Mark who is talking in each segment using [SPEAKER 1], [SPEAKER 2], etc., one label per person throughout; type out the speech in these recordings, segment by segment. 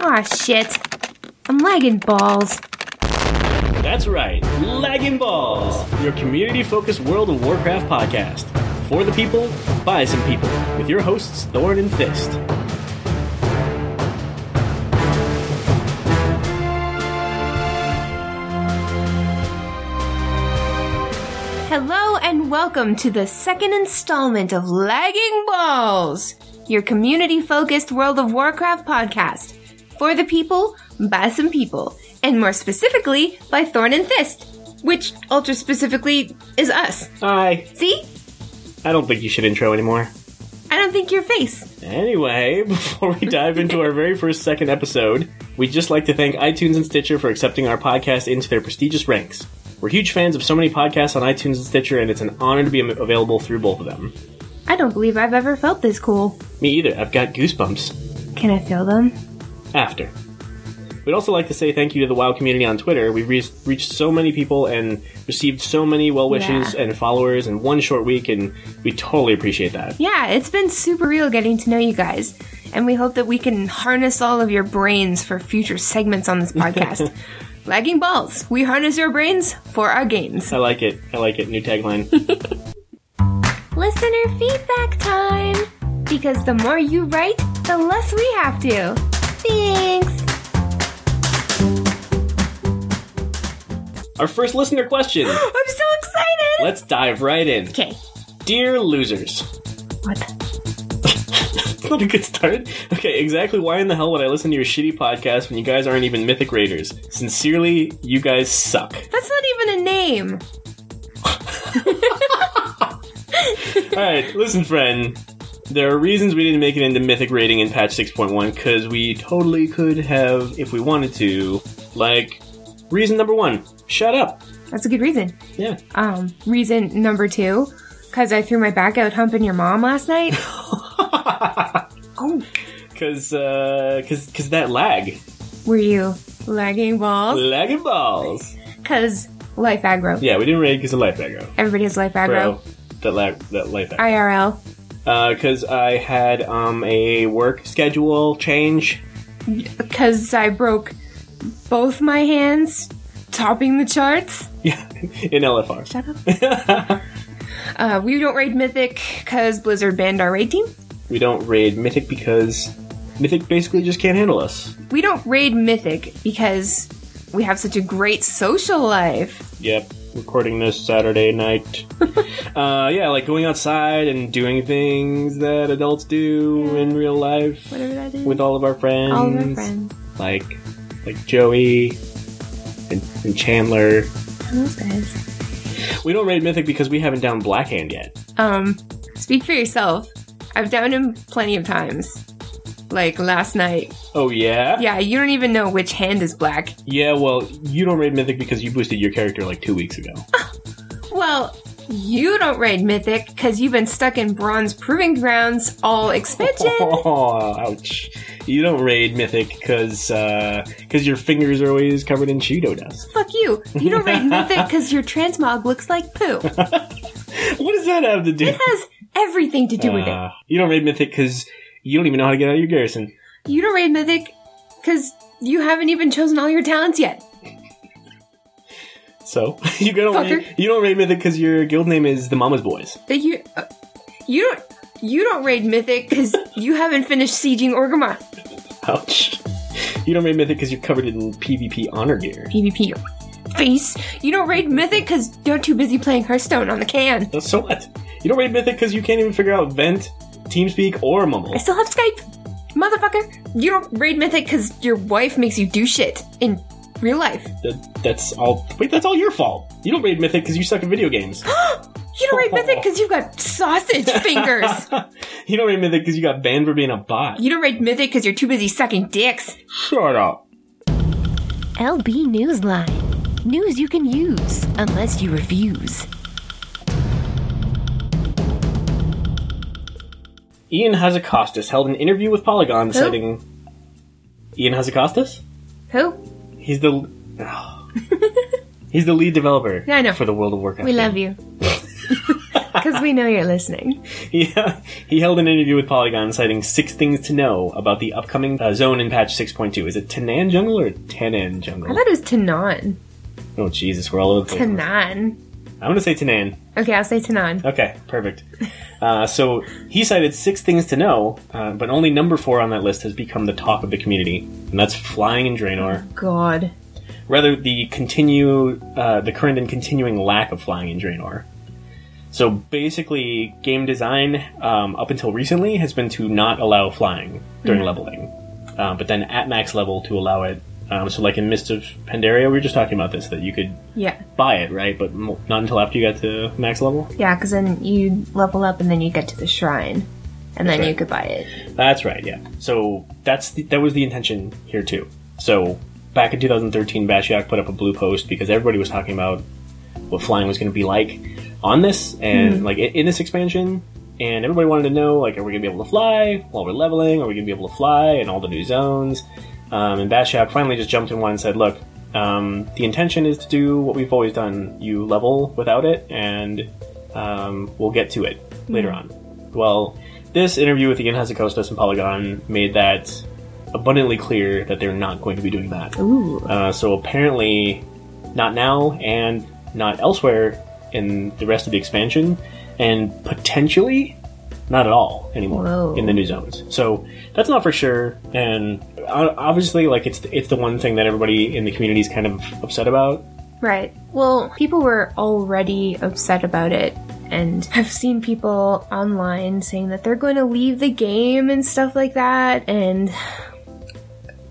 [SPEAKER 1] Aw, shit. I'm lagging balls.
[SPEAKER 2] That's right, Lagging Balls, your community focused World of Warcraft podcast. For the people, by some people, with your hosts Thorn and Fist.
[SPEAKER 1] Hello and welcome to the second installment of Lagging Balls, your community focused World of Warcraft podcast. For the people, by some people, and more specifically, by Thorn and Fist, which ultra specifically is us.
[SPEAKER 2] I,
[SPEAKER 1] See?
[SPEAKER 2] I don't think you should intro anymore.
[SPEAKER 1] I don't think your face.
[SPEAKER 2] Anyway, before we dive into our very first second episode, we'd just like to thank iTunes and Stitcher for accepting our podcast into their prestigious ranks. We're huge fans of so many podcasts on iTunes and Stitcher, and it's an honor to be available through both of them.
[SPEAKER 1] I don't believe I've ever felt this cool.
[SPEAKER 2] Me either, I've got goosebumps.
[SPEAKER 1] Can I feel them?
[SPEAKER 2] After. We'd also like to say thank you to the WoW community on Twitter. We've re- reached so many people and received so many well wishes
[SPEAKER 1] Yeah.
[SPEAKER 2] and followers in one short week, and we totally appreciate that.
[SPEAKER 1] Yeah, it's been super real getting to know you guys, and we hope that we can harness all of your brains for future segments on this podcast. Lagging balls, we harness your brains for our gains.
[SPEAKER 2] I like it. I like it. New tagline.
[SPEAKER 1] Listener feedback time! Because the more you write, the less we have to. Thanks!
[SPEAKER 2] our first listener question.
[SPEAKER 1] I'm so excited!
[SPEAKER 2] Let's dive right in.
[SPEAKER 1] okay.
[SPEAKER 2] Dear losers.
[SPEAKER 1] What?
[SPEAKER 2] That's not a good start. Okay, exactly why in the hell would I listen to your shitty podcast when you guys aren't even mythic raiders? Sincerely, you guys suck.
[SPEAKER 1] That's not even a name.
[SPEAKER 2] Alright, listen, friend. There are reasons we didn't make it into mythic rating in patch 6.1 because we totally could have if we wanted to. Like, reason number one shut up.
[SPEAKER 1] That's a good reason.
[SPEAKER 2] Yeah.
[SPEAKER 1] Um, reason number two, because I threw my back out humping your mom last night. oh,
[SPEAKER 2] Because uh, cause, cause that lag.
[SPEAKER 1] were you lagging balls?
[SPEAKER 2] Lagging balls.
[SPEAKER 1] Because life aggro.
[SPEAKER 2] Yeah, we didn't raid because of life aggro.
[SPEAKER 1] Everybody has life aggro.
[SPEAKER 2] Bro. That, lag, that life aggro.
[SPEAKER 1] IRL.
[SPEAKER 2] because I had um, a work schedule change.
[SPEAKER 1] Because I broke both my hands, topping the charts.
[SPEAKER 2] Yeah, in LFR.
[SPEAKER 1] Shut up. uh, we don't raid Mythic because Blizzard banned our raid team.
[SPEAKER 2] We don't raid Mythic because Mythic basically just can't handle us.
[SPEAKER 1] We don't raid Mythic because we have such a great social life.
[SPEAKER 2] Yep, recording this Saturday night. uh, yeah, like going outside and doing things that adults do in real life
[SPEAKER 1] Whatever that is.
[SPEAKER 2] with all of our friends.
[SPEAKER 1] all of our friends.
[SPEAKER 2] Like, like Joey and, and Chandler.
[SPEAKER 1] Those guys.
[SPEAKER 2] We don't raid Mythic because we haven't downed Blackhand yet.
[SPEAKER 1] Um, speak for yourself. I've downed him plenty of times. Like last night.
[SPEAKER 2] Oh yeah?
[SPEAKER 1] Yeah, you don't even know which hand is black.
[SPEAKER 2] Yeah, well, you don't raid Mythic because you boosted your character like two weeks ago.
[SPEAKER 1] Well, you don't raid Mythic because you've been stuck in Bronze Proving Grounds all expansion.
[SPEAKER 2] Oh, ouch. You don't raid Mythic because your fingers are always covered in Cheeto dust.
[SPEAKER 1] Fuck you. You don't raid Mythic because your transmog looks like poo. It
[SPEAKER 2] What does that have to do
[SPEAKER 1] has everything to do with it.
[SPEAKER 2] Uh, You don't raid Mythic because you don't even know how to get out of your garrison.
[SPEAKER 1] You don't raid Mythic because you haven't even chosen all your talents yet.
[SPEAKER 2] So you don't raid,
[SPEAKER 1] Fucker.
[SPEAKER 2] you don't raid Mythic because your guild name is the Mama's Boys.
[SPEAKER 1] That you, uh, you don't. You don't raid Mythic because you haven't finished sieging Orgrimmar.
[SPEAKER 2] Ouch. You don't raid Mythic because you're covered in PvP honor gear.
[SPEAKER 1] PvP your face. You don't raid Mythic because you're too busy playing Hearthstone on the can.
[SPEAKER 2] So what? You don't raid Mythic because you can't even figure out Vent, Teamspeak, or Mumble.
[SPEAKER 1] I still have Skype. Motherfucker, you don't raid Mythic because your wife makes you do shit in real life.
[SPEAKER 2] That, that's all. Wait, that's all your fault. You don't raid Mythic because you suck at video games.
[SPEAKER 1] You don't raid Mythic because you've got sausage fingers.
[SPEAKER 2] you don't raid Mythic because you got banned for being a bot.
[SPEAKER 1] You don't raid Mythic because you're too busy sucking dicks.
[SPEAKER 2] Shut up.
[SPEAKER 3] LB Newsline. News you can use, unless you refuse.
[SPEAKER 2] Ian Hazakostas held an interview with Polygon citing. Ian Hazakostas?
[SPEAKER 1] Who?
[SPEAKER 2] He's the. Oh. He's the lead developer
[SPEAKER 1] Yeah, I know.
[SPEAKER 2] for the World of Warcraft.
[SPEAKER 1] We
[SPEAKER 2] game.
[SPEAKER 1] love you. Because we know you're listening.
[SPEAKER 2] Yeah, he held an interview with Polygon citing six things to know about the upcoming uh, zone in patch 6.2. Is it Tanan Jungle or Tanan
[SPEAKER 1] I
[SPEAKER 2] Jungle?
[SPEAKER 1] thought it was Tanan.
[SPEAKER 2] Oh, Jesus, we're all over the place.
[SPEAKER 1] Tanan.
[SPEAKER 2] I'm going to say Tanan.
[SPEAKER 1] Okay, I'll say Tanan.
[SPEAKER 2] Okay, perfect. Uh, so he cited six things to know, uh, but only number four on that list has become the talk of the community, and that's flying in Draenor.
[SPEAKER 1] God.
[SPEAKER 2] Rather, the continue, uh, the current and continuing lack of flying in Draenor. So basically, game design um, up until recently has been to not allow flying during leveling, uh, but then at max level to allow it. Um, so, like in Mist of Pandaria, we were just talking about this that you could
[SPEAKER 1] Yeah.
[SPEAKER 2] buy it, right? But mo- not until after you got to max level.
[SPEAKER 1] Yeah, because then you level up and then you get to the shrine. And then
[SPEAKER 2] That's
[SPEAKER 1] you
[SPEAKER 2] right.
[SPEAKER 1] could buy it.
[SPEAKER 2] That's right. Yeah. So that's the, that was the intention here too. So back in 2013, Bashiak put up a blue post because everybody was talking about what flying was going to be like on this and like in, in this expansion, and everybody wanted to know like, are we going to be able to fly while we're leveling? Are we going to be able to fly in all the new zones? Um, and Bashiak finally just jumped in one and said, look. Um, the intention is to do what we've always done. You level without it, and um, we'll get to it later on. Well, this interview with Ian Hasekostas and Polygon made that abundantly clear that they're not going to be doing that.
[SPEAKER 1] Ooh.
[SPEAKER 2] Uh, so apparently, not now and not elsewhere in the rest of the expansion, and potentially not at all anymore
[SPEAKER 1] Whoa.
[SPEAKER 2] in the new zones. So that's not for sure, and o- obviously, like it's it's the one thing that everybody in the community is kind of upset about.
[SPEAKER 1] Right. Well, people were already upset about it. And I've seen people online saying that they're going to leave the game and stuff like that. And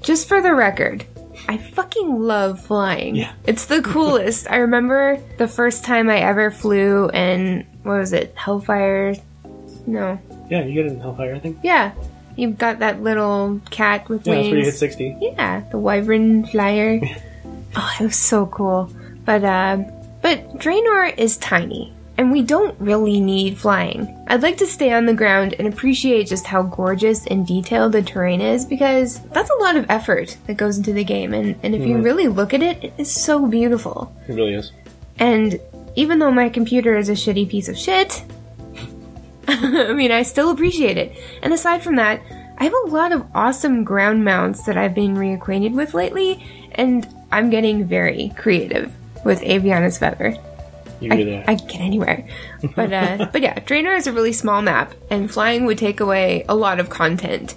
[SPEAKER 1] just for the record, I fucking love flying.
[SPEAKER 2] Yeah.
[SPEAKER 1] It's the coolest. I remember the first time I ever flew and what was it? Hellfire? No.
[SPEAKER 2] Yeah, you get it in Hellfire, I think.
[SPEAKER 1] Yeah. You've got that little cat with
[SPEAKER 2] Yeah, that's where you hit
[SPEAKER 1] wings.
[SPEAKER 2] sixty.
[SPEAKER 1] Yeah, the Wyvern Flyer. oh, it was so cool. But uh, but Draenor is tiny, and we don't really need flying. I'd like to stay on the ground and appreciate just how gorgeous and detailed the terrain is because that's a lot of effort that goes into the game, and, and if you really look at it, it is so beautiful.
[SPEAKER 2] It really is.
[SPEAKER 1] And even though my computer is a shitty piece of shit, I mean, I still appreciate it. And aside from that, I have a lot of awesome ground mounts that I've been reacquainted with lately, and I'm getting very creative with Aviana's Feather.
[SPEAKER 2] You hear
[SPEAKER 1] I,
[SPEAKER 2] that?
[SPEAKER 1] I can get anywhere. But uh, but yeah, Draenor is a really small map, and flying would take away a lot of content.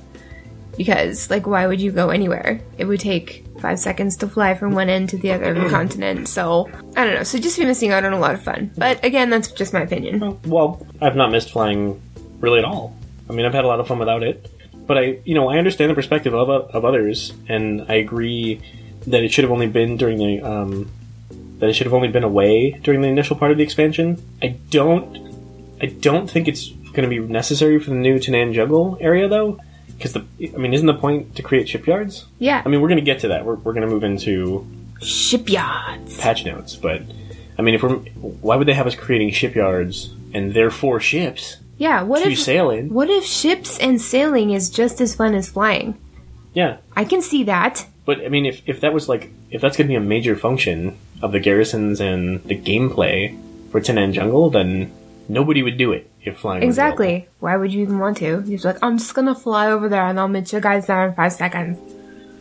[SPEAKER 1] Because, like, why would you go anywhere? It would take five seconds to fly from one end to the other of the continent, so I don't know. So just be missing out on a lot of fun. But again, that's just my opinion.
[SPEAKER 2] Well, I've not missed flying really at all. I mean, I've had a lot of fun without it, but I, you know, I understand the perspective of of others, and I agree that it should have only been during the um, that it should have only been away during the initial part of the expansion. I don't, I don't think it's going to be necessary for the new Tanan Jungle area though, because the, I mean, isn't the point to create shipyards?
[SPEAKER 1] Yeah.
[SPEAKER 2] I mean, we're going to get to that. We're we're going to move into
[SPEAKER 1] Shipyards.
[SPEAKER 2] patch notes, but I mean, if we're, why would they have us creating shipyards and therefore ships?
[SPEAKER 1] Yeah, what
[SPEAKER 2] to
[SPEAKER 1] if
[SPEAKER 2] sail in.
[SPEAKER 1] what if ships and sailing is just as fun as flying?
[SPEAKER 2] Yeah,
[SPEAKER 1] I can see that.
[SPEAKER 2] but I mean, if, if that was like if that's going to be a major function of the garrisons and the gameplay for Tenan Jungle, then nobody would do it if flying. was available.
[SPEAKER 1] Exactly. Why would you even want to? You're just like, I'm just gonna fly over there and I'll meet you guys there in five seconds.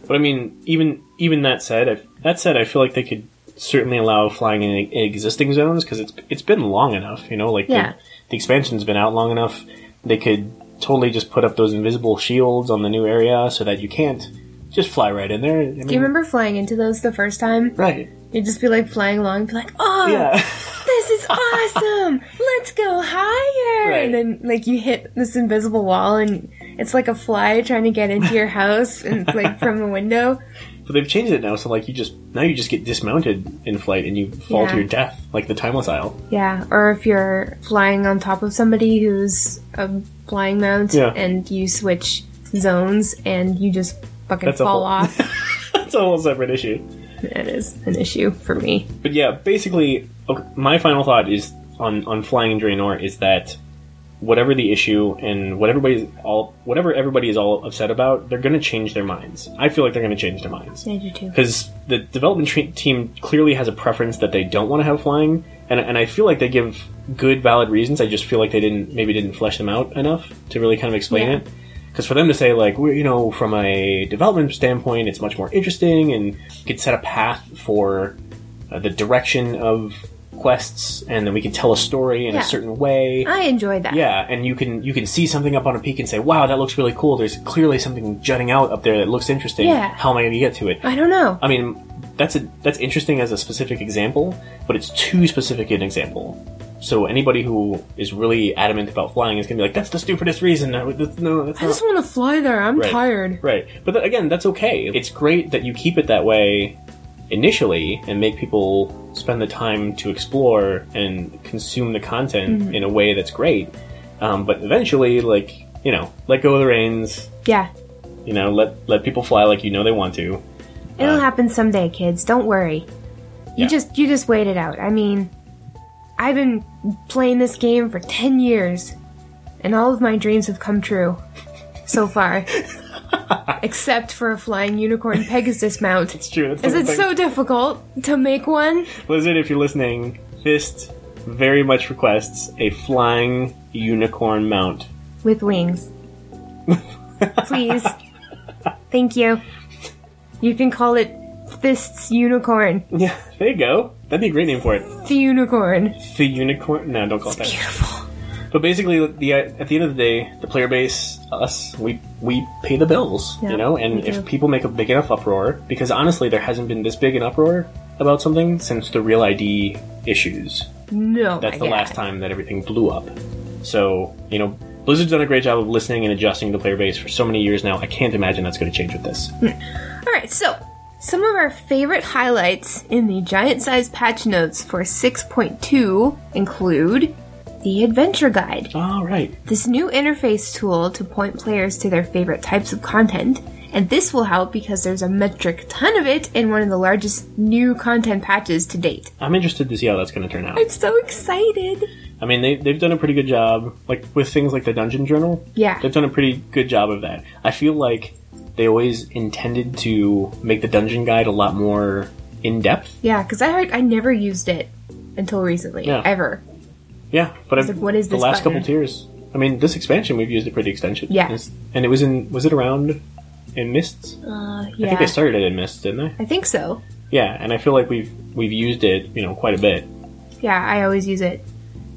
[SPEAKER 2] But I mean, even even that said, I, that said, I feel like they could certainly allow flying in, in existing zones because it's it's been long enough. You know, like
[SPEAKER 1] Yeah.
[SPEAKER 2] the, the expansion's been out long enough. They could totally just put up those invisible shields on the new area so that you can't just fly right in there. I mean,
[SPEAKER 1] Do you remember flying into those the first time?
[SPEAKER 2] Right.
[SPEAKER 1] You'd just be like flying along, and be like, "Oh,
[SPEAKER 2] Yeah.
[SPEAKER 1] this is awesome! Let's go higher!"
[SPEAKER 2] Right.
[SPEAKER 1] And then like you hit this invisible wall, and it's like a fly trying to get into your house and like from a window.
[SPEAKER 2] But they've changed it now, so like you just now you just get dismounted in flight and you fall
[SPEAKER 1] Yeah.
[SPEAKER 2] to your death, like the timeless isle.
[SPEAKER 1] Yeah, or if you're flying on top of somebody who's a flying mount,
[SPEAKER 2] Yeah.
[SPEAKER 1] and you switch zones, and you just fucking
[SPEAKER 2] That's a
[SPEAKER 1] fall
[SPEAKER 2] whole-
[SPEAKER 1] off.
[SPEAKER 2] That's a whole separate issue.
[SPEAKER 1] that is an issue for me.
[SPEAKER 2] But yeah, basically, okay, my final thought is on on flying Draenor is that whatever the issue and what everybody's all whatever everybody is all upset about, they're going to change their minds. I feel like they're going to change their minds
[SPEAKER 1] I do too.
[SPEAKER 2] because the development tre- team clearly has a preference that they don't want to have flying, and and I feel like they give good valid reasons. I just feel like they didn't maybe didn't flesh them out enough to really kind of explain
[SPEAKER 1] Yeah.
[SPEAKER 2] it. Because for them to say like we're you know from a development standpoint, it's much more interesting and you could set a path for uh, the direction of quests, and then we could tell a story in
[SPEAKER 1] Yeah.
[SPEAKER 2] a certain way.
[SPEAKER 1] I enjoyed that.
[SPEAKER 2] Yeah, and you can you can see something up on a peak and say, "Wow, that looks really cool." There's clearly something jutting out up there that looks interesting.
[SPEAKER 1] Yeah.
[SPEAKER 2] How am I going to get to it?
[SPEAKER 1] I don't know.
[SPEAKER 2] I mean, that's a that's interesting as a specific example, but it's too specific an example. So anybody who is really adamant about flying is gonna be like, "That's the stupidest reason." I would- that's- No, that's
[SPEAKER 1] I
[SPEAKER 2] not.
[SPEAKER 1] just want to fly there. I'm
[SPEAKER 2] Right.
[SPEAKER 1] tired.
[SPEAKER 2] Right, but that, again, that's okay. It's great that you keep it that way initially and make people spend the time to explore and consume the content
[SPEAKER 1] Mm-hmm.
[SPEAKER 2] in a way that's great. Um, but eventually, like you know, let go of the reins.
[SPEAKER 1] Yeah.
[SPEAKER 2] You know, let let people fly like you know they want to.
[SPEAKER 1] It'll
[SPEAKER 2] Uh,
[SPEAKER 1] happen someday, kids. Don't worry. You
[SPEAKER 2] Yeah.
[SPEAKER 1] just you just wait it out. I mean, I've been playing this game for 10 years and all of my dreams have come true so far. Except for a flying unicorn Pegasus mount.
[SPEAKER 2] It's true. That's the
[SPEAKER 1] Is
[SPEAKER 2] one
[SPEAKER 1] it
[SPEAKER 2] thing.
[SPEAKER 1] so difficult to make one?
[SPEAKER 2] Blizzard, if you're listening, Fist very much requests a flying unicorn mount.
[SPEAKER 1] with wings. Please. Thank you. You can call it Fists Unicorn.
[SPEAKER 2] Yeah, there you go. That'd be a great name for it.
[SPEAKER 1] The Unicorn.
[SPEAKER 2] The unicorn. No, don't call it that.
[SPEAKER 1] Beautiful.
[SPEAKER 2] But basically, the uh, at the end of the day, the player base, us, we we pay the bills,
[SPEAKER 1] Yeah,
[SPEAKER 2] you know.
[SPEAKER 1] we
[SPEAKER 2] And if
[SPEAKER 1] do.
[SPEAKER 2] people make a big enough uproar, because honestly, there hasn't been this big an uproar about something since the real ID issues.
[SPEAKER 1] No.
[SPEAKER 2] That's
[SPEAKER 1] my
[SPEAKER 2] the
[SPEAKER 1] God.
[SPEAKER 2] last time that everything blew up. So you know, Blizzard's done a great job of listening and adjusting the player base for so many years now. I can't imagine that's going to change with this.
[SPEAKER 1] Alright, so some of our favorite highlights in the giant sized patch notes for 6.2 include the Adventure Guide.
[SPEAKER 2] All right.
[SPEAKER 1] this new interface tool to point players to their favorite types of content, and this will help because there's a metric ton of it in one of the largest new content patches to date.
[SPEAKER 2] I'm interested to see how that's going to turn out.
[SPEAKER 1] I'm so excited!
[SPEAKER 2] I mean, they, they've done a pretty good job, like with things like the Dungeon Journal.
[SPEAKER 1] Yeah.
[SPEAKER 2] They've done a pretty good job of that. I feel like they always intended to make the dungeon guide a lot more in depth.
[SPEAKER 1] Yeah, because I heard I never used it until recently,
[SPEAKER 2] Yeah.
[SPEAKER 1] ever.
[SPEAKER 2] Yeah, but I've,
[SPEAKER 1] like, what is
[SPEAKER 2] the
[SPEAKER 1] this
[SPEAKER 2] last
[SPEAKER 1] button?
[SPEAKER 2] couple tiers? I mean, this expansion we've used it pretty extensive.
[SPEAKER 1] Yeah.
[SPEAKER 2] It's- and it was in was it around in Mists?
[SPEAKER 1] Uh, yeah.
[SPEAKER 2] I think they started it in Mists, didn't they?
[SPEAKER 1] I think so.
[SPEAKER 2] Yeah, and I feel like we've we've used it, you know, quite a bit.
[SPEAKER 1] Yeah, I always use it.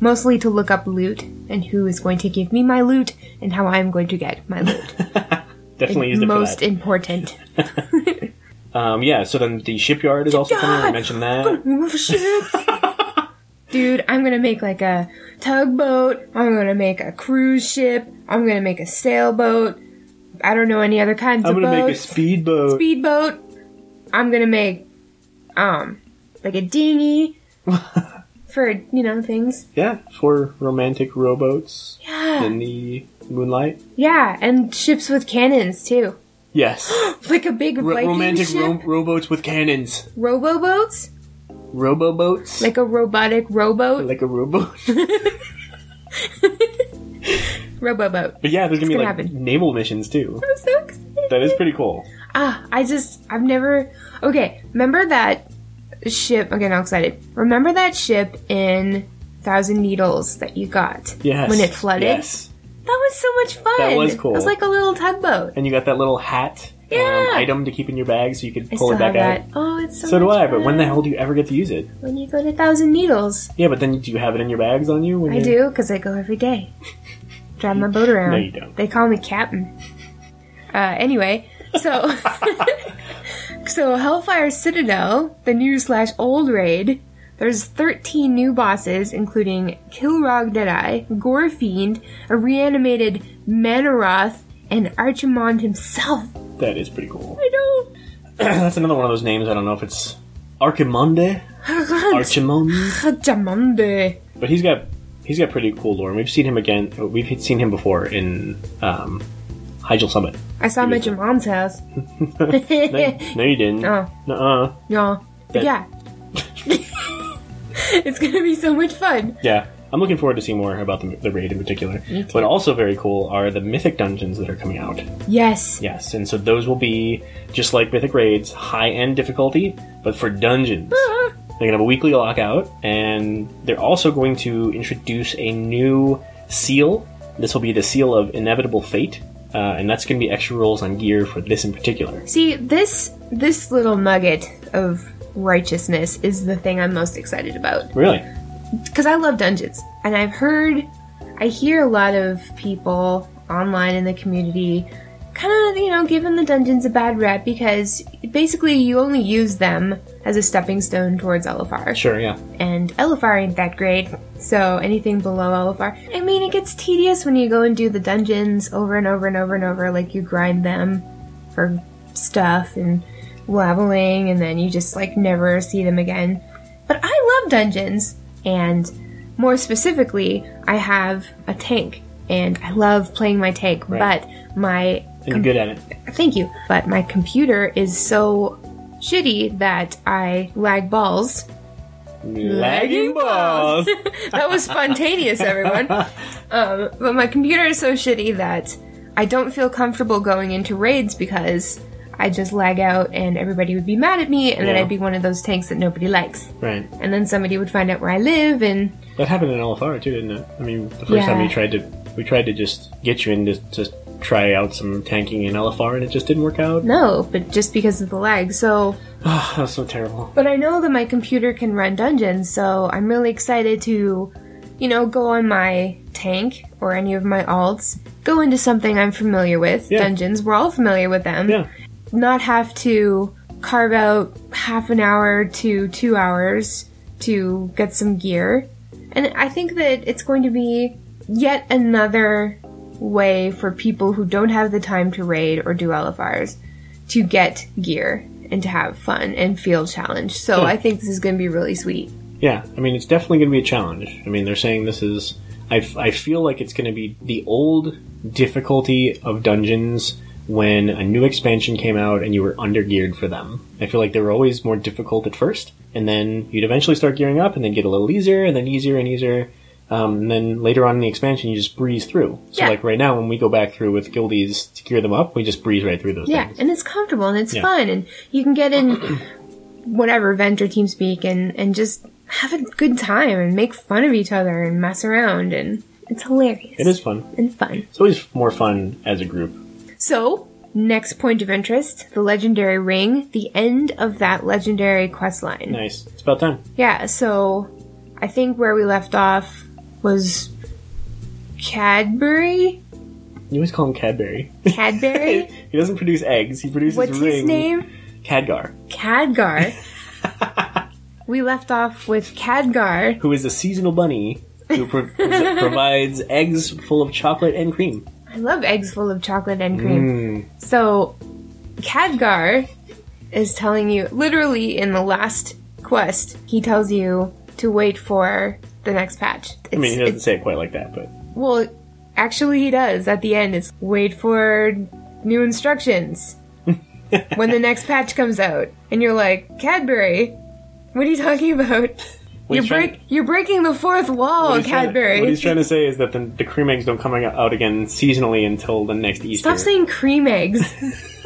[SPEAKER 1] Mostly to look up loot and who is going to give me my loot and how I'm going to get my loot.
[SPEAKER 2] Definitely used it for
[SPEAKER 1] Most
[SPEAKER 2] that.
[SPEAKER 1] important.
[SPEAKER 2] um, yeah. So then the shipyard is also coming. We
[SPEAKER 1] Shipyard!
[SPEAKER 2] mentioned that.
[SPEAKER 1] Move ships. Dude, I'm gonna make like a tugboat. I'm gonna make a cruise ship. I'm gonna make a sailboat. I don't know any other kinds
[SPEAKER 2] I'm
[SPEAKER 1] of
[SPEAKER 2] gonna make a
[SPEAKER 1] boats.
[SPEAKER 2] speedboat.
[SPEAKER 1] speedboat. I'm gonna make um like a dinghy for you know things.
[SPEAKER 2] Yeah, for romantic rowboats
[SPEAKER 1] Yeah,
[SPEAKER 2] in the moonlight.
[SPEAKER 1] yeah, and ships with cannons too,
[SPEAKER 2] Yes,
[SPEAKER 1] like a big
[SPEAKER 2] Ro-
[SPEAKER 1] Viking
[SPEAKER 2] romantic
[SPEAKER 1] ship.
[SPEAKER 2] ro- rowboats with cannons.
[SPEAKER 1] Robo boats,
[SPEAKER 2] Roboboats,
[SPEAKER 1] like a robotic rowboat.
[SPEAKER 2] like a rowboat.
[SPEAKER 1] Robo boat.
[SPEAKER 2] but yeah, there's gonna be
[SPEAKER 1] gonna
[SPEAKER 2] like
[SPEAKER 1] happen.
[SPEAKER 2] naval missions too.
[SPEAKER 1] I'm so excited.
[SPEAKER 2] That is pretty cool.
[SPEAKER 1] Ah, I just I've never Okay, remember that ship again I'm excited. Remember that ship in Thousand Needles that you got
[SPEAKER 2] Yes,
[SPEAKER 1] when it flooded?
[SPEAKER 2] Yes,
[SPEAKER 1] That was so much fun.
[SPEAKER 2] That was cool.
[SPEAKER 1] It was like a little tugboat.
[SPEAKER 2] and you got that little hat
[SPEAKER 1] Yeah.
[SPEAKER 2] um, item to keep in your bag so you could
[SPEAKER 1] I
[SPEAKER 2] pull
[SPEAKER 1] still
[SPEAKER 2] it back
[SPEAKER 1] have
[SPEAKER 2] out.
[SPEAKER 1] that. Oh, it's so
[SPEAKER 2] So do
[SPEAKER 1] much
[SPEAKER 2] I. But when the
[SPEAKER 1] fun.
[SPEAKER 2] hell do you ever get to use it?
[SPEAKER 1] when you go to Thousand Needles.
[SPEAKER 2] Yeah, but then do you have it in your bags on you? When
[SPEAKER 1] I
[SPEAKER 2] you're-
[SPEAKER 1] do, because I go every day. Drive my boat around.
[SPEAKER 2] No, you don't.
[SPEAKER 1] They call me Captain. Uh, anyway, so so Hellfire Citadel, the new slash old raid. There's 13 new bosses, including Kilrog Deadeye, Gorefiend, a reanimated Manoroth, and Archimond himself.
[SPEAKER 2] That is pretty cool.
[SPEAKER 1] I know.
[SPEAKER 2] That's another one of those names. I don't know if it's Archimonde, Archimonde.
[SPEAKER 1] Archimonde.
[SPEAKER 2] But he's got he's got pretty cool lore, and we've seen him again. We've seen him before in um, Hyjal Summit.
[SPEAKER 1] I saw him at your mom's house.
[SPEAKER 2] No, no you didn't.
[SPEAKER 1] Oh.
[SPEAKER 2] Nuh-uh.
[SPEAKER 1] No.
[SPEAKER 2] That-
[SPEAKER 1] yeah. it's gonna be so much fun.
[SPEAKER 2] Yeah. I'm looking forward to seeing more about the, the raid in particular. But also very cool are the mythic dungeons that are coming out.
[SPEAKER 1] Yes.
[SPEAKER 2] Yes, and so those will be just like mythic raids, high end difficulty, but for dungeons. They're gonna have a weekly lockout, and they're also going to introduce a new seal. This will be the seal of inevitable fate, uh, and that's gonna be extra rules on gear for this in particular.
[SPEAKER 1] See, this this little nugget of righteousness is the thing I'm most excited about
[SPEAKER 2] Really?
[SPEAKER 1] because I love dungeons, and I've heard, I hear a lot of people online in the community kind of, you know, giving the dungeons a bad rep because basically you only use them as a stepping stone towards Elifar.
[SPEAKER 2] Sure, yeah.
[SPEAKER 1] and Elifar ain't that great. So anything below Elifar, I mean, it gets tedious when you go and do the dungeons over and over and over and over. Like you grind them for stuff and leveling, and then you just like never see them again. But I love dungeons, and more specifically, I have a tank, and I love playing my tank.
[SPEAKER 2] Right.
[SPEAKER 1] But my
[SPEAKER 2] And you're good at it.
[SPEAKER 1] Thank you. But my computer is so shitty that I lag balls.
[SPEAKER 2] Lagging balls!
[SPEAKER 1] that was spontaneous, everyone. Um, but my computer is so shitty that I don't feel comfortable going into raids because I just lag out and everybody would be mad at me, and then
[SPEAKER 2] Yeah.
[SPEAKER 1] I'd be one of those tanks that nobody likes.
[SPEAKER 2] right.
[SPEAKER 1] And then somebody would find out where I live, and
[SPEAKER 2] That happened in LFR too, didn't it? I mean, the first
[SPEAKER 1] Yeah.
[SPEAKER 2] time we tried to we tried to just get you in to, to try out some tanking in LFR, and it just didn't work out.
[SPEAKER 1] no, but just because of the lag. So,
[SPEAKER 2] Ah, that was so terrible.
[SPEAKER 1] but I know that my computer can run dungeons, so I'm really excited to, you know, go on my tank or any of my alts, go into something I'm familiar with.
[SPEAKER 2] Yeah.
[SPEAKER 1] Dungeons, we're all familiar with them.
[SPEAKER 2] Yeah,
[SPEAKER 1] not have to carve out half an hour to two hours to get some gear. And I think that it's going to be yet another way for people who don't have the time to raid or do LFRs to get gear and to have fun and feel challenged. So
[SPEAKER 2] Yeah.
[SPEAKER 1] I think this is going to be really sweet.
[SPEAKER 2] yeah. I mean, it's definitely going to be a challenge. I mean, they're saying this is. I, f- I feel like it's going to be the old difficulty of dungeons when a new expansion came out and you were under geared for them. I feel like they were always more difficult at first, and then you'd eventually start gearing up, and then get a little easier, and then easier and easier. Um, and then later on in the expansion, you just breeze through. So,
[SPEAKER 1] Yeah.
[SPEAKER 2] like right now, when we go back through with guildies to gear them up, we just breeze right through those
[SPEAKER 1] Yeah,
[SPEAKER 2] things.
[SPEAKER 1] and it's comfortable and it's
[SPEAKER 2] Yeah.
[SPEAKER 1] fun, and you can get in whatever vent or team speak and and just have a good time and make fun of each other and mess around, and it's hilarious.
[SPEAKER 2] It is fun.
[SPEAKER 1] and fun.
[SPEAKER 2] It's always more fun as a group.
[SPEAKER 1] So. Next point of interest, the legendary ring, the end of that legendary quest line.
[SPEAKER 2] Nice. It's about time.
[SPEAKER 1] Yeah, so I think where we left off was Cadbury?
[SPEAKER 2] You always call him Cadbury.
[SPEAKER 1] Cadbury?
[SPEAKER 2] He doesn't produce eggs. He produces
[SPEAKER 1] What's
[SPEAKER 2] ring.
[SPEAKER 1] his name?
[SPEAKER 2] Khadgar,
[SPEAKER 1] Cadgar. we left off with Cadgar.
[SPEAKER 2] who is a seasonal bunny who pro- provides eggs full of chocolate and cream.
[SPEAKER 1] I love eggs full of chocolate and cream.
[SPEAKER 2] Mm.
[SPEAKER 1] So, Cadgar is telling you, literally in the last quest, he tells you to wait for the next patch. It's,
[SPEAKER 2] I mean, he doesn't
[SPEAKER 1] it's-
[SPEAKER 2] say it quite like that, but
[SPEAKER 1] well, actually, he does. At the end, it's wait for new instructions when the next patch comes out. And you're like, Cadbury, what are you talking about?
[SPEAKER 2] What
[SPEAKER 1] You're,
[SPEAKER 2] he's trying-
[SPEAKER 1] break- you're breaking the fourth wall,
[SPEAKER 2] what he's trying-
[SPEAKER 1] Cadbury.
[SPEAKER 2] what he's trying to say is that the, the cream eggs don't come out again seasonally until the next Easter.
[SPEAKER 1] Stop saying cream eggs.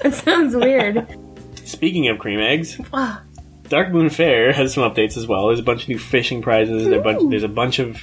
[SPEAKER 1] that sounds weird.
[SPEAKER 2] Speaking of cream eggs,
[SPEAKER 1] Ah.
[SPEAKER 2] Dark Moon Fair has some updates as well. There's a bunch of new fishing prizes. There's a bunch, there's a bunch of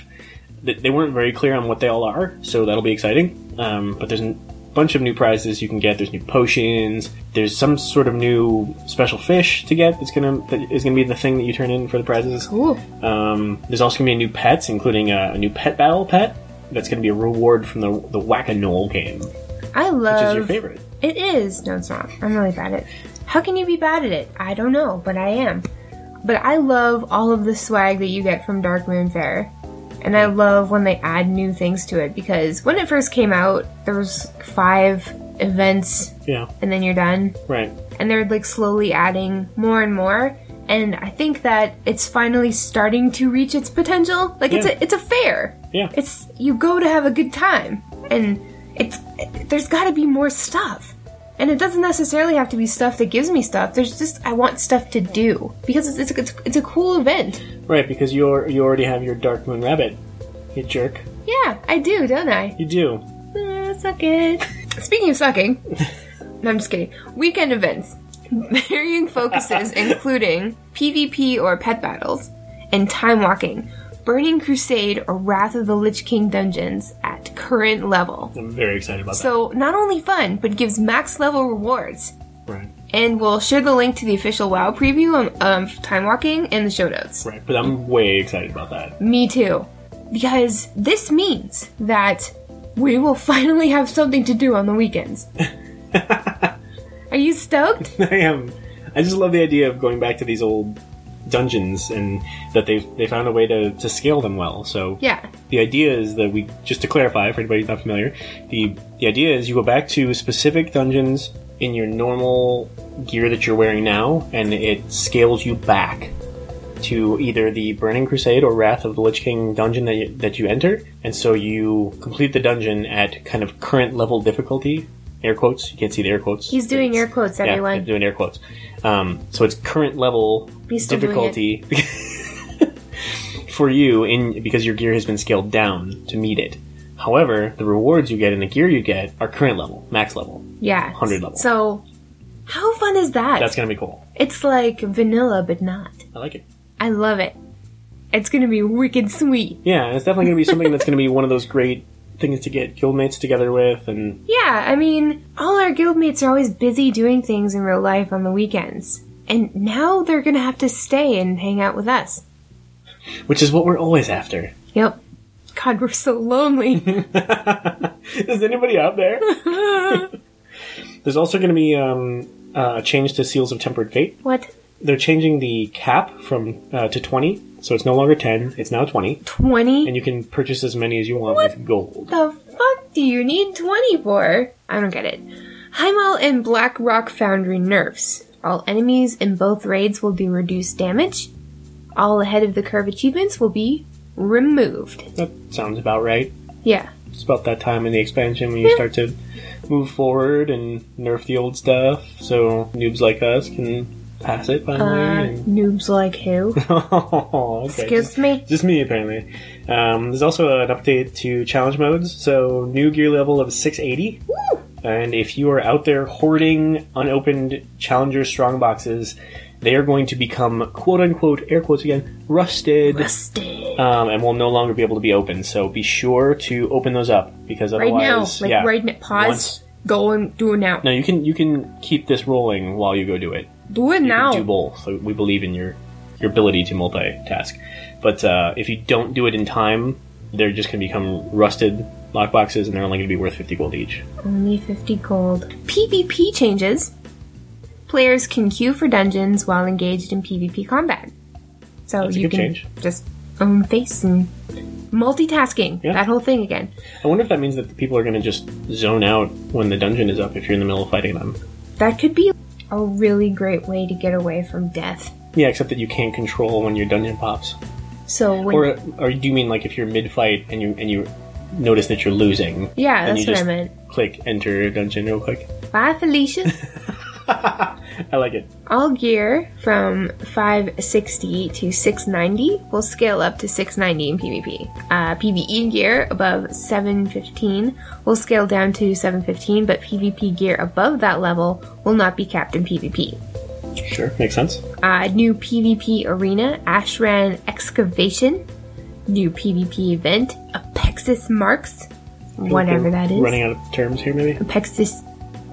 [SPEAKER 2] they- they weren't very clear on what they all are, so that'll be exciting. Um, but there's a bunch of new prizes you can get. There's new potions. There's some sort of new special fish to get. That's gonna that is gonna be the thing that you turn in for the prizes.
[SPEAKER 1] Ooh.
[SPEAKER 2] Um, there's also gonna be new pets, including a, a new pet battle pet. That's gonna be a reward from the the Whack a Knoll game, which
[SPEAKER 1] I love.
[SPEAKER 2] is your favorite.
[SPEAKER 1] It is. No, it's not. I'm really bad at it. How can you be bad at it? I don't know, but I am. But I love all of the swag that you get from Dark Moon Fair. And I love when they add new things to it because when it first came out, there was five events
[SPEAKER 2] Yeah,
[SPEAKER 1] and then you're done.
[SPEAKER 2] right.
[SPEAKER 1] And they're like slowly adding more and more. And I think that it's finally starting to reach its potential. Like it's
[SPEAKER 2] Yeah.
[SPEAKER 1] a it's a fair.
[SPEAKER 2] Yeah,
[SPEAKER 1] It's you go to have a good time, and it's there's got to be more stuff, and it doesn't necessarily have to be stuff that gives me stuff. There's just I want stuff to do because it's it's, it's, it's a cool event.
[SPEAKER 2] right. Because you you already have your Dark Moon Rabbit. You jerk.
[SPEAKER 1] Yeah, I do, don't I?
[SPEAKER 2] You do.
[SPEAKER 1] Uh, suck it. Speaking of sucking, no, I'm just kidding. Weekend events. Varying focuses, including PvP or pet battles, and time walking, Burning Crusade or Wrath of the Lich King dungeons at current level.
[SPEAKER 2] I'm very excited about
[SPEAKER 1] So, not only fun, but gives max level rewards.
[SPEAKER 2] that. Right.
[SPEAKER 1] And we'll share the link to the official WoW preview of um, time walking in the show notes.
[SPEAKER 2] Right. But I'm way excited about that.
[SPEAKER 1] Me too. Because this means that we will finally have something to do on the weekends. Are you stoked?
[SPEAKER 2] I am. I just love the idea of going back to these old dungeons and that they they found a way to, to scale them well. So
[SPEAKER 1] Yeah.
[SPEAKER 2] the idea is that we just to clarify for anybody who's not familiar, the the idea is you go back to specific dungeons in your normal gear that you're wearing now, and it scales you back to either the Burning Crusade or Wrath of the Lich King dungeon that you, that you enter, and so you complete the dungeon at kind of current level difficulty. Air quotes. You can't see the air quotes.
[SPEAKER 1] He's doing
[SPEAKER 2] It's-
[SPEAKER 1] air quotes,
[SPEAKER 2] yeah,
[SPEAKER 1] everyone.
[SPEAKER 2] I'm doing air quotes. Um, so it's current level
[SPEAKER 1] He's still doing
[SPEAKER 2] difficulty for you in because your gear has been scaled down to meet it. However, the rewards you get and the gear you get are current level, max level.
[SPEAKER 1] Yeah.
[SPEAKER 2] 100 level.
[SPEAKER 1] So, how fun is that?
[SPEAKER 2] That's gonna be cool.
[SPEAKER 1] it's like vanilla, but not.
[SPEAKER 2] I like it.
[SPEAKER 1] I love it. It's gonna be wicked sweet.
[SPEAKER 2] Yeah, and it's definitely gonna be something that's gonna be one of those great things to get guildmates together with, and
[SPEAKER 1] Yeah, I mean, all our guildmates are always busy doing things in real life on the weekends. And now they're gonna have to stay and hang out with us.
[SPEAKER 2] which is what we're always after.
[SPEAKER 1] Yep. God, we're so lonely.
[SPEAKER 2] Is anybody out there? There's also gonna be um, uh, a change to Seals of Tempered Fate.
[SPEAKER 1] What?
[SPEAKER 2] they're changing the cap from uh, to 20 so it's no longer 10 it's now 20
[SPEAKER 1] 20?
[SPEAKER 2] and you can purchase as many as you want with gold
[SPEAKER 1] the fuck do you need 20 for? I don't get it. Heimel and Black Rock Foundry nerfs. All enemies in both raids will do reduced damage. All ahead of the curve achievements will be removed.
[SPEAKER 2] that sounds about right
[SPEAKER 1] Yeah.
[SPEAKER 2] it's about that time in the expansion when you start to move forward and nerf the old stuff so noobs like us can pass it
[SPEAKER 1] Uh,
[SPEAKER 2] finally and...
[SPEAKER 1] noobs like who?
[SPEAKER 2] oh, okay.
[SPEAKER 1] Excuse me?
[SPEAKER 2] Just me, apparently. Um, there's also an update to challenge modes. So, new gear level of 680. And if you are out there hoarding unopened challenger strong boxes, they are going to become quote unquote, air quotes again, rusted,
[SPEAKER 1] Rusted.
[SPEAKER 2] um, and will no longer be able to be opened. So, be sure to open those up because
[SPEAKER 1] Right now.
[SPEAKER 2] otherwise.
[SPEAKER 1] Like
[SPEAKER 2] yeah.
[SPEAKER 1] right now. Pause.
[SPEAKER 2] Once-
[SPEAKER 1] Go and do it now.
[SPEAKER 2] No, you can you can keep this rolling while you go do it.
[SPEAKER 1] Do it
[SPEAKER 2] You can
[SPEAKER 1] now.
[SPEAKER 2] do both. So we believe in your your ability to multitask. But uh, if you don't do it in time, they're just going to become rusted lockboxes, and they're only going to be worth fifty gold each.
[SPEAKER 1] Only 50 gold. PvP changes. Players can queue for dungeons while engaged in PvP combat. So
[SPEAKER 2] That's a
[SPEAKER 1] you
[SPEAKER 2] good
[SPEAKER 1] can
[SPEAKER 2] change.
[SPEAKER 1] just own face and multitasking.
[SPEAKER 2] Yeah.
[SPEAKER 1] That whole thing again.
[SPEAKER 2] I wonder if that means that the people are going to just zone out when the dungeon is up if you're in the middle of fighting them.
[SPEAKER 1] That could be a really great way to get away from death.
[SPEAKER 2] Yeah, except that you can't control when your dungeon pops.
[SPEAKER 1] So when
[SPEAKER 2] Or, or do you mean like if you're mid fight and you and you notice that you're losing?
[SPEAKER 1] yeah,
[SPEAKER 2] and
[SPEAKER 1] that's
[SPEAKER 2] you
[SPEAKER 1] what I
[SPEAKER 2] just-
[SPEAKER 1] meant.
[SPEAKER 2] Click enter dungeon real quick.
[SPEAKER 1] Bye, Felicia.
[SPEAKER 2] I like it.
[SPEAKER 1] All gear from 560 to 690 will scale up to 690 in PvP. Uh, PvE gear above 715 will scale down to 715, but PvP gear above that level will not be capped in PvP.
[SPEAKER 2] Sure, makes sense.
[SPEAKER 1] Uh, new PvP arena, Ashran Excavation. New PvP event, Apexis Marks. Whatever that is.
[SPEAKER 2] Running out of terms here, maybe.
[SPEAKER 1] Apexis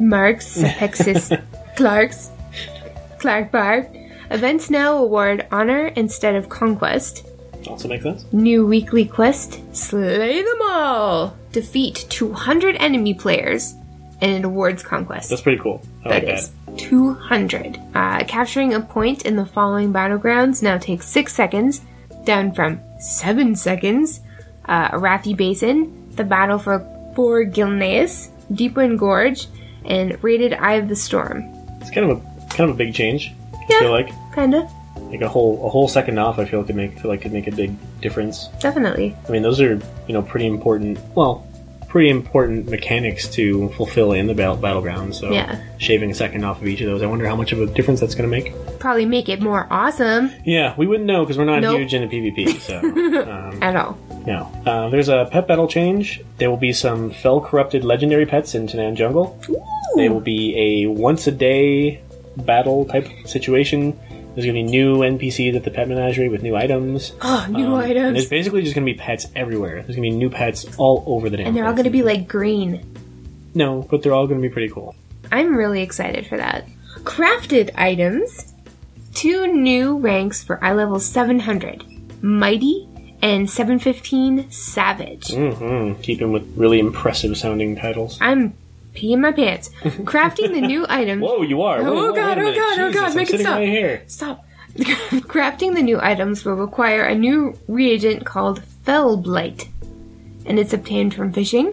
[SPEAKER 1] Marks, Apexis Clarks, Clark Bar. Events now award honor instead of conquest.
[SPEAKER 2] Also makes sense.
[SPEAKER 1] New weekly quest, slay them all! Defeat 200 enemy players, and it awards conquest.
[SPEAKER 2] That's pretty cool. I
[SPEAKER 1] That
[SPEAKER 2] like that.
[SPEAKER 1] is 200. Uh, capturing a point in the following battlegrounds now takes 6 seconds, down from 7 seconds. Uh, Arathi Basin, the battle for, for Gilneas, Deepwind Gorge, and Rated Eye of the Storm.
[SPEAKER 2] It's kind of a kind of a big change.
[SPEAKER 1] Yeah.
[SPEAKER 2] I feel like
[SPEAKER 1] Kinda.
[SPEAKER 2] like a whole a whole second off. I feel could make feel like could make a big difference.
[SPEAKER 1] Definitely.
[SPEAKER 2] I mean, those are you know pretty important. Well, pretty important mechanics to fulfill in the battle battleground. So
[SPEAKER 1] Yeah.
[SPEAKER 2] shaving a second off of each of those, I wonder how much of a difference that's going to make.
[SPEAKER 1] Probably make it more awesome
[SPEAKER 2] Yeah, we wouldn't know because we're not
[SPEAKER 1] Nope.
[SPEAKER 2] huge into PvP. So um,
[SPEAKER 1] at all.
[SPEAKER 2] no, uh, there's a pet battle change. There will be some fell corrupted legendary pets in Tanan Jungle. They will be a once a day battle type situation. There's going to be new NPCs at the pet menagerie with new items.
[SPEAKER 1] Oh, new
[SPEAKER 2] Um, And there's
[SPEAKER 1] items.
[SPEAKER 2] basically just going to be pets everywhere. There's going to be new pets all over the damn.
[SPEAKER 1] And they're all
[SPEAKER 2] place.
[SPEAKER 1] going to be like green.
[SPEAKER 2] no, but they're all going to be pretty cool.
[SPEAKER 1] I'm really excited for that. Crafted items. Two new ranks for eye level 700 Mighty and 715 Savage.
[SPEAKER 2] Mm-hmm. Keeping with really impressive sounding titles.
[SPEAKER 1] I'm peeing my pants. Crafting the new items.
[SPEAKER 2] Whoa, you are!
[SPEAKER 1] Oh,
[SPEAKER 2] Whoa, whoa, wait
[SPEAKER 1] God,
[SPEAKER 2] a
[SPEAKER 1] oh,
[SPEAKER 2] minute.
[SPEAKER 1] God, oh,
[SPEAKER 2] Jesus,
[SPEAKER 1] God,
[SPEAKER 2] I'm
[SPEAKER 1] make it
[SPEAKER 2] sitting
[SPEAKER 1] stop.
[SPEAKER 2] Right here.
[SPEAKER 1] Stop. Crafting the new items will require a new reagent called Fell Blight, and it's obtained from fishing,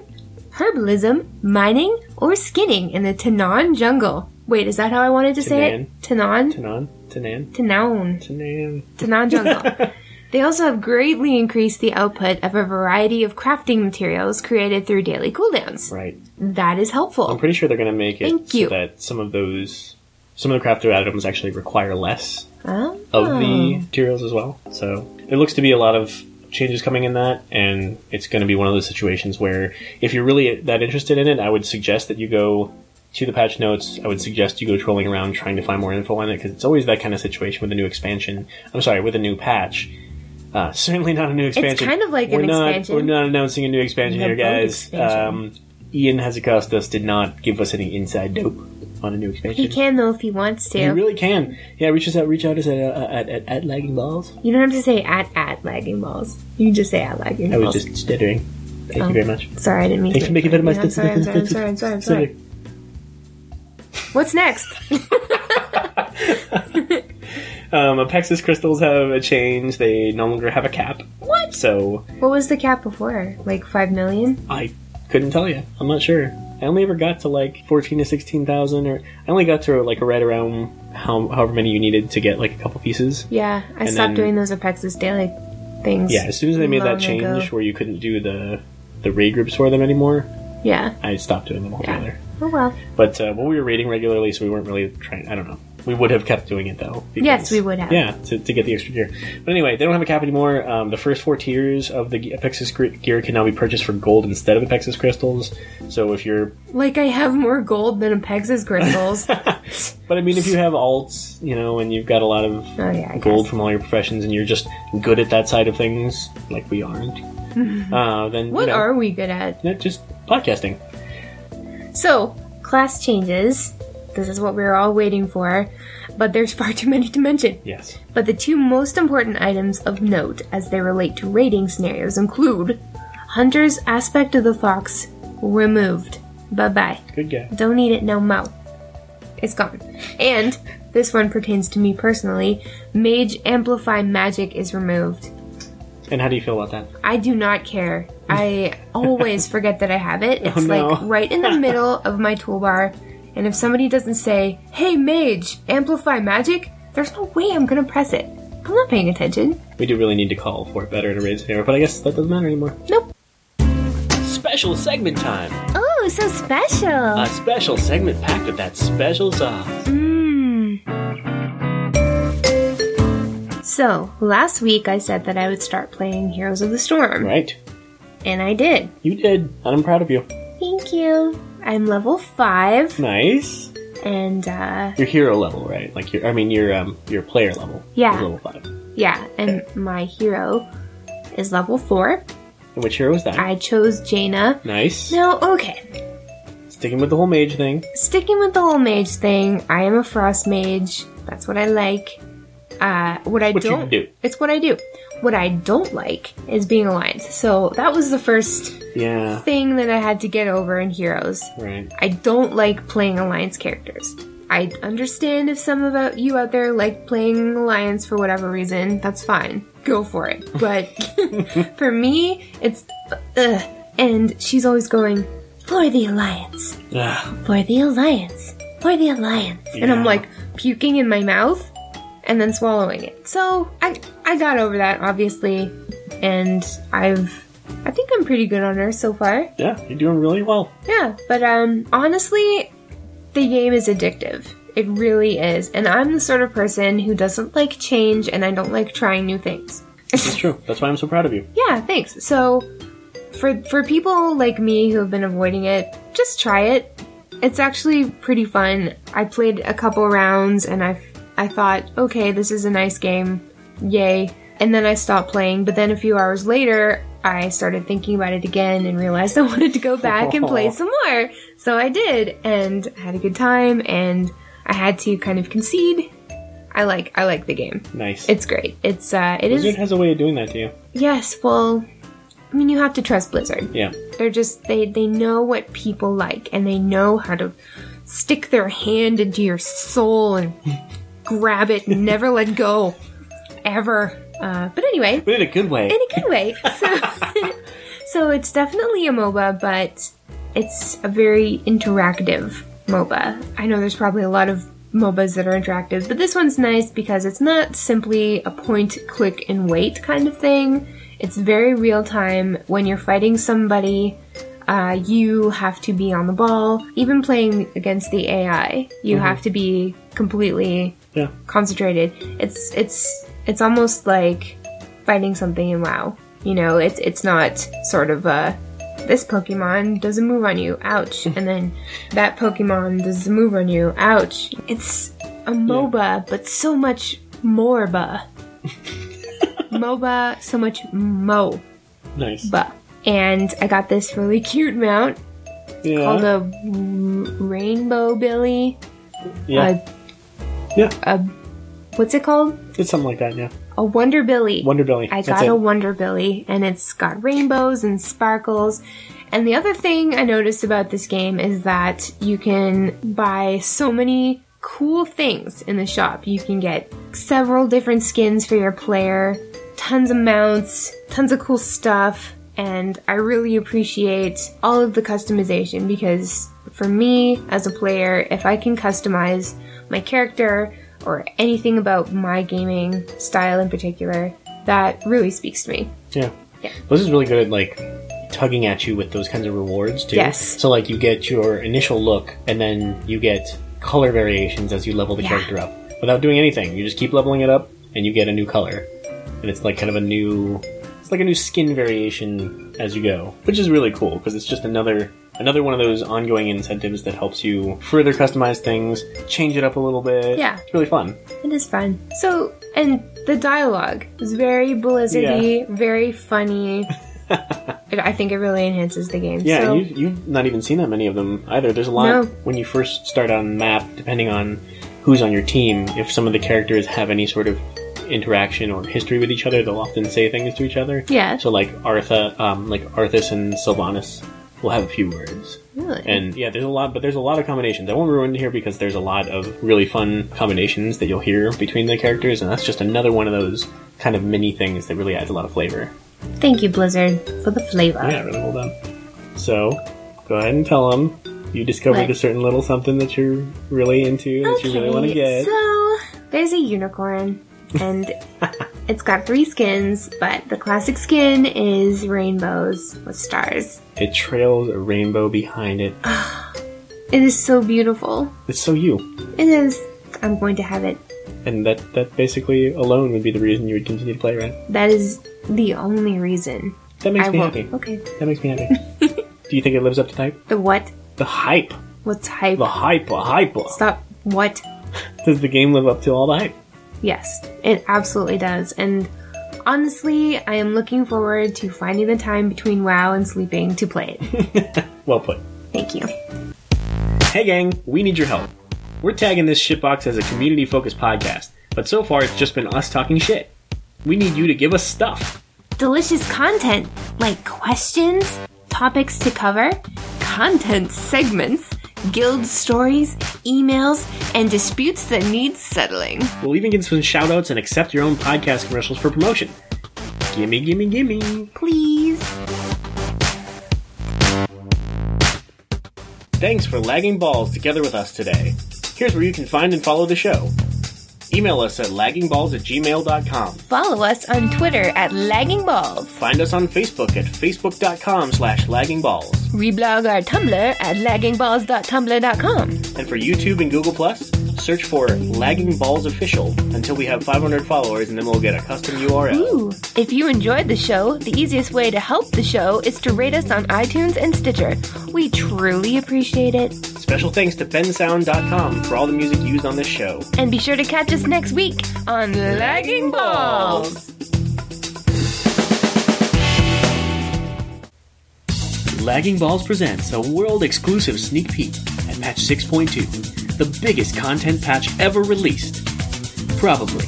[SPEAKER 1] herbalism, mining, or skinning in the Tanan jungle. Wait, is that how I wanted to say it? Tanan?
[SPEAKER 2] Tanan, Tanan,
[SPEAKER 1] Tanan.
[SPEAKER 2] Tanan.
[SPEAKER 1] Tanan jungle. they also have greatly increased the output of a variety of crafting materials created through daily cooldowns.
[SPEAKER 2] Right.
[SPEAKER 1] That is
[SPEAKER 2] I'm
[SPEAKER 1] helpful.
[SPEAKER 2] pretty sure they're going to make it
[SPEAKER 1] Thank
[SPEAKER 2] so
[SPEAKER 1] you.
[SPEAKER 2] that some of those, some of the crafted items actually require less
[SPEAKER 1] Oh.
[SPEAKER 2] of the materials as well. So there looks to be a lot of changes coming in that, and it's going to be one of those situations where if you're really that interested in it, I would suggest that you go to the patch notes. I would suggest you go trolling around trying to find more info on it because it's always that kind of situation with a new expansion. I'm sorry, with a new patch. Uh, certainly not a new expansion.
[SPEAKER 1] kind of like
[SPEAKER 2] we're
[SPEAKER 1] an
[SPEAKER 2] not,
[SPEAKER 1] expansion.
[SPEAKER 2] We're not announcing a new expansion
[SPEAKER 1] The
[SPEAKER 2] here,
[SPEAKER 1] boat
[SPEAKER 2] guys.
[SPEAKER 1] expansion.
[SPEAKER 2] Um, Ian Hazacostas did not give us any inside dope on a new expansion.
[SPEAKER 1] He can though if he wants to.
[SPEAKER 2] You really can. Yeah, reach us out. Reach out us at uh, at, at, at lagging balls.
[SPEAKER 1] You don't have to say at at lagging balls. You can just say at lagging
[SPEAKER 2] I was
[SPEAKER 1] balls.
[SPEAKER 2] just stuttering. Thank
[SPEAKER 1] Oh.
[SPEAKER 2] you very much.
[SPEAKER 1] Sorry, I didn't mean
[SPEAKER 2] Thanks for
[SPEAKER 1] to.
[SPEAKER 2] making fun of my
[SPEAKER 1] I'm sorry, I'm sorry, I'm
[SPEAKER 2] stuttering.
[SPEAKER 1] sorry, I'm sorry, I'm sorry. What's next?
[SPEAKER 2] Um, Apexis crystals have a change. They no longer have a cap. What? So
[SPEAKER 1] What was the cap before? Like five million?
[SPEAKER 2] I couldn't tell you. I'm not sure. I only ever got to like fourteen to sixteen thousand, or I only got to like right around how, however many you needed to get like a couple pieces.
[SPEAKER 1] Yeah, I
[SPEAKER 2] And
[SPEAKER 1] stopped
[SPEAKER 2] then-
[SPEAKER 1] doing those Apexis daily things.
[SPEAKER 2] Yeah, as soon as they made
[SPEAKER 1] Long
[SPEAKER 2] that change
[SPEAKER 1] ago.
[SPEAKER 2] where you couldn't do the the raid groups for them anymore,
[SPEAKER 1] Yeah.
[SPEAKER 2] I stopped doing them altogether.
[SPEAKER 1] Oh well.
[SPEAKER 2] But uh, well, we were raiding regularly, so we weren't really trying. I don't know. We would have kept doing it though. because-
[SPEAKER 1] Yes, we would have.
[SPEAKER 2] Yeah, to, to get the extra gear. But anyway, they don't have a cap anymore. Um, the first four tiers of the ge- Apexis gr- gear can now be purchased for gold instead of Apexis crystals. So if you're,
[SPEAKER 1] Like I have more gold than Apexis crystals. oh
[SPEAKER 2] but I mean, if you have alts, you know, and you've got a lot of
[SPEAKER 1] yeah, I
[SPEAKER 2] gold
[SPEAKER 1] guess.
[SPEAKER 2] from all your professions, and you're just good at that side of things, like we aren't, uh, then you
[SPEAKER 1] What
[SPEAKER 2] know,
[SPEAKER 1] are we good at?
[SPEAKER 2] no, just podcasting.
[SPEAKER 1] So, class changes. This is what we were all waiting for, but there's far too many to mention.
[SPEAKER 2] Yes.
[SPEAKER 1] But the two most important items of note as they relate to raiding scenarios include Hunter's aspect of the fox removed. Bye bye.
[SPEAKER 2] Good guy.
[SPEAKER 1] Don't need it no mo. It's gone. And this one pertains to me personally. Mage amplify magic is removed.
[SPEAKER 2] And how do you feel about that?
[SPEAKER 1] I do not care. I always forget that I have it. It's
[SPEAKER 2] Oh, no.
[SPEAKER 1] like right in the middle of my toolbar. And if somebody doesn't say, hey, mage, amplify magic, there's no way I'm going to press it. I'm not paying attention.
[SPEAKER 2] We do really need to call for it better in a raid scenario, but I guess that doesn't matter anymore.
[SPEAKER 1] Nope.
[SPEAKER 2] Special segment time.
[SPEAKER 3] Oh, so special.
[SPEAKER 1] Uh,
[SPEAKER 2] A special segment packed with that special sauce.
[SPEAKER 1] Hmm. So, last week I said that I would start playing Heroes of the Storm,
[SPEAKER 2] Right.
[SPEAKER 1] and I did.
[SPEAKER 2] You did. And I'm proud of you.
[SPEAKER 1] Thank you. I'm level 5,
[SPEAKER 2] Nice.
[SPEAKER 1] and uh,
[SPEAKER 2] Your hero level, right? Like your I mean your um your player level.
[SPEAKER 1] Yeah.
[SPEAKER 2] is Level five.
[SPEAKER 1] yeah, and my hero is level 4.
[SPEAKER 2] And which hero is that?
[SPEAKER 1] I chose Jaina.
[SPEAKER 2] nice.
[SPEAKER 1] No, okay.
[SPEAKER 2] Sticking with the whole mage thing.
[SPEAKER 1] sticking with the whole mage thing, I am a frost mage. That's what I like. Uh, what I
[SPEAKER 2] What you
[SPEAKER 1] don't
[SPEAKER 2] do.
[SPEAKER 1] It's what I do. What I don't like is being aligned. So that was the first
[SPEAKER 2] Yeah.
[SPEAKER 1] thing that I had to get over in Heroes.
[SPEAKER 2] Right.
[SPEAKER 1] I don't like playing alliance characters. I understand if some of you out there like playing alliance for whatever reason, that's fine. Go for it. But for me, it's ugh. And she's always going for the alliance.
[SPEAKER 2] Ugh.
[SPEAKER 3] For the Alliance. For the Alliance.
[SPEAKER 1] and I'm
[SPEAKER 2] Yeah.
[SPEAKER 1] like puking in my mouth and then swallowing it. So I I got over that obviously, and I've I think I'm pretty good on Earth so far.
[SPEAKER 2] Yeah, you're doing really well.
[SPEAKER 1] Yeah, but um, honestly, the game is addictive. It really is. And I'm the sort of person who doesn't like change and I don't like trying new things.
[SPEAKER 2] That's true. That's why I'm so proud of you.
[SPEAKER 1] Yeah, thanks. So for for people like me who have been avoiding it, just try it. It's actually pretty fun. I played a couple rounds and I I thought, "Okay, this is a nice game. Yay." And then I stopped playing, but then a few hours later, I started thinking about it again and realized I wanted to go back and play some more. So I did and I had a good time and I had to kind of concede. I like I like the game.
[SPEAKER 2] Nice.
[SPEAKER 1] It's great. It's uh it is
[SPEAKER 2] Blizzard has a way of doing that to you.
[SPEAKER 1] Yes, well, I mean, you have to trust Blizzard.
[SPEAKER 2] Yeah.
[SPEAKER 1] They're just they they know what people like and they know how to stick their hand into your soul and grab it and never let go ever. Uh, but anyway,
[SPEAKER 2] But in a good way.
[SPEAKER 1] in a good way. So, so it's definitely a MOBA, but it's a very interactive MOBA. I know there's probably a lot of MOBAs that are interactive, but this one's nice because it's not simply a point, click, and wait kind of thing. It's very real time. When you're fighting somebody, uh, you have to be on the ball. Even playing against the AI, you have to be completely
[SPEAKER 2] yeah.
[SPEAKER 1] concentrated. It's it's it's almost like fighting something in WoW. You know, it's it's not sort of a this Pokemon does a move on you, ouch, and then that Pokemon does a move on you, ouch. It's a MOBA, but so much moreba. MOBA, so much mo
[SPEAKER 2] Nice.
[SPEAKER 1] ba. And I got this really cute mount called
[SPEAKER 2] yeah.
[SPEAKER 1] a r- rainbow billy.
[SPEAKER 2] Yeah.
[SPEAKER 1] A,
[SPEAKER 2] Yeah.
[SPEAKER 1] A, what's it called?
[SPEAKER 2] It's something like that. Yeah.
[SPEAKER 1] A wonder billy.
[SPEAKER 2] Wonderbelly.
[SPEAKER 1] I
[SPEAKER 2] That's
[SPEAKER 1] got
[SPEAKER 2] it.
[SPEAKER 1] a Wonder Billy, and it's got rainbows and sparkles. And the other thing I noticed about this game is that you can buy so many cool things in the shop. You can get several different skins for your player, tons of mounts, tons of cool stuff, and I really appreciate all of the customization because for me as a player, if I can customize my character or anything about my gaming style in particular, that really speaks to me.
[SPEAKER 2] Yeah.
[SPEAKER 1] Yeah.
[SPEAKER 2] Blizzard's really good at like tugging at you with those kinds of rewards too.
[SPEAKER 1] Yes.
[SPEAKER 2] So like you get your initial look and then you get color variations as you level the
[SPEAKER 1] Yeah.
[SPEAKER 2] character up. Without doing anything. You just keep leveling it up and you get a new color. And it's like kind of a new it's like a new skin variation as you go, which is really cool because it's just another another one of those ongoing incentives that helps you further customize things, change it up a little bit.
[SPEAKER 1] Yeah.
[SPEAKER 2] It's really fun.
[SPEAKER 1] It is fun. So, and the dialogue is very blizzardy, very funny. It- I think it really enhances the game.
[SPEAKER 2] Yeah,
[SPEAKER 1] so,
[SPEAKER 2] and you, you've not even seen that many of them either. There's a lot
[SPEAKER 1] No.
[SPEAKER 2] when you first start on map, depending on who's on your team. If some of the characters have any sort of interaction or history with each other, they'll often say things to each other.
[SPEAKER 1] Yeah.
[SPEAKER 2] So like Artha, um, like Arthas and Sylvanas will have a few words.
[SPEAKER 1] really.
[SPEAKER 2] And yeah, there's a lot, but there's a lot of combinations. I won't ruin it here because there's a lot of really fun combinations that you'll hear between the characters, and that's just another one of those kind of mini things that really adds a lot of flavor.
[SPEAKER 1] Thank you, Blizzard, for the flavor.
[SPEAKER 2] Yeah, really well done. So, go ahead and tell them you discovered
[SPEAKER 1] What?
[SPEAKER 2] a certain little something that you're really into that you really want to
[SPEAKER 1] Okay,
[SPEAKER 2] get.
[SPEAKER 1] So, there's a unicorn, and it's got three skins, but the classic skin is rainbows with stars.
[SPEAKER 2] It trails a rainbow behind it.
[SPEAKER 1] It is so beautiful.
[SPEAKER 2] It's so you.
[SPEAKER 1] It is. I'm going to have it.
[SPEAKER 2] And that that basically alone would be the reason you would continue to play, right?
[SPEAKER 1] That is the only reason
[SPEAKER 2] That makes
[SPEAKER 1] I
[SPEAKER 2] me
[SPEAKER 1] will.
[SPEAKER 2] happy.
[SPEAKER 1] Okay.
[SPEAKER 2] That makes me happy. Do you think it lives up to the hype?
[SPEAKER 1] The what?
[SPEAKER 2] The hype.
[SPEAKER 1] What's hype?
[SPEAKER 2] The hype. The hype.
[SPEAKER 1] Stop. What?
[SPEAKER 2] Does the game live up to all the hype?
[SPEAKER 1] Yes, it absolutely does. And honestly, I am looking forward to finding the time between WoW and sleeping to play it.
[SPEAKER 2] Well put.
[SPEAKER 1] Thank you.
[SPEAKER 2] Hey gang, we need your help. We're tagging this shitbox as a community focused podcast, but so far it's just been us talking shit. We need you to give us stuff.
[SPEAKER 1] Delicious content like questions, topics to cover, content segments, guild stories, emails, and disputes that need settling.
[SPEAKER 2] We'll even get some shout outs and accept your own podcast commercials for promotion. Gimme, gimme, gimme.
[SPEAKER 1] Please.
[SPEAKER 2] Thanks for lagging balls together with us today. Here's where you can find and follow the show. Email us at laggingballs at gmail.com.
[SPEAKER 1] Follow us on Twitter at Lagging Balls.
[SPEAKER 2] Find us on Facebook at facebook.com slash laggingballs.
[SPEAKER 1] Reblog our Tumblr at laggingballs.tumblr.com.
[SPEAKER 2] And for YouTube and Google+, Plus, search for Lagging Balls Official until we have 500 followers and then we'll get a custom URL.
[SPEAKER 1] Ooh. If you enjoyed the show, the easiest way to help the show is to rate us on iTunes and Stitcher. We truly appreciate it.
[SPEAKER 2] Special thanks to bensound.com for all the music used on this show.
[SPEAKER 1] And be sure to catch us next week on Lagging Balls.
[SPEAKER 2] Lagging Balls presents a world exclusive sneak peek at patch 6.2, the biggest content patch ever released. Probably.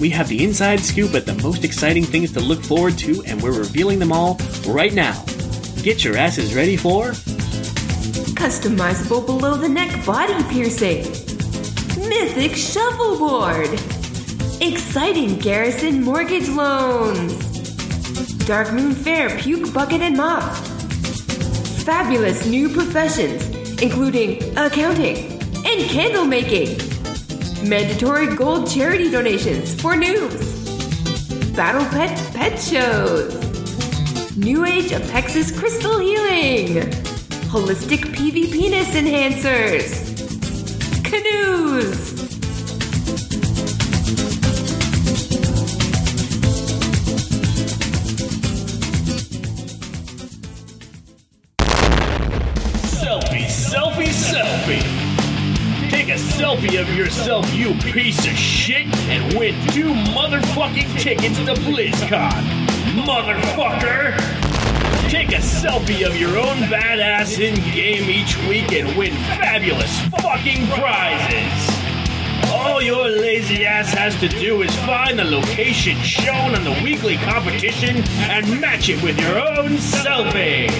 [SPEAKER 2] We have the inside scoop at the most exciting things to look forward to, and we're revealing them all right now. Get your asses ready for
[SPEAKER 1] Customizable below the neck body piercing. Mythic shuffleboard. Exciting garrison mortgage loans. Dark Moon Fair puke bucket and mop. Fabulous new professions, including accounting and candle making. Mandatory gold charity donations for noobs. Battle pet pet shows. New Age Apexis Crystal Healing. Holistic PV Penis Enhancers. Canoes.
[SPEAKER 2] Selfie, Selfie, Selfie! Take a selfie of yourself, you piece of shit, and win two motherfucking tickets to BlizzCon! Motherfucker! Take a selfie of your own badass in game each week and win fabulous fucking prizes! All your lazy ass has to do is find the location shown on the weekly competition and match it with your own selfie!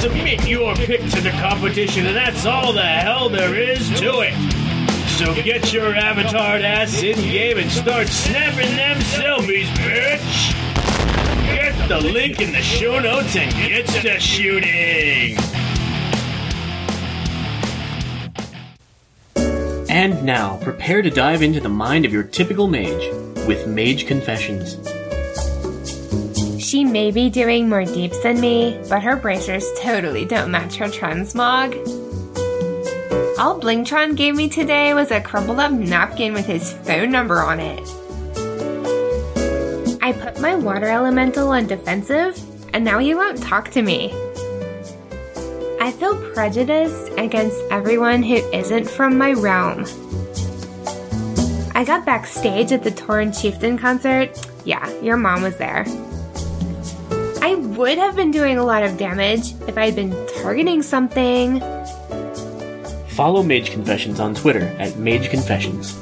[SPEAKER 2] Submit your pick to the competition, and that's all the hell there is to it! So get your avatar ass in game and start snapping them selfies, bitch! Get the link in the show notes and get to shooting. And now, prepare to dive into the mind of your typical mage with Mage Confessions.
[SPEAKER 1] She may be doing more deeps than me, but her bracers totally don't match her transmog. All Blingtron gave me today was a crumpled up napkin with his phone number on it. I put my water elemental on defensive, and now he won't talk to me. I feel prejudiced against everyone who isn't from my realm. I got backstage at the Torrent Chieftain concert. Yeah, your mom was there. I would have been doing a lot of damage if I had been targeting something.
[SPEAKER 2] Follow Mage Confessions on Twitter at Mage Confessions.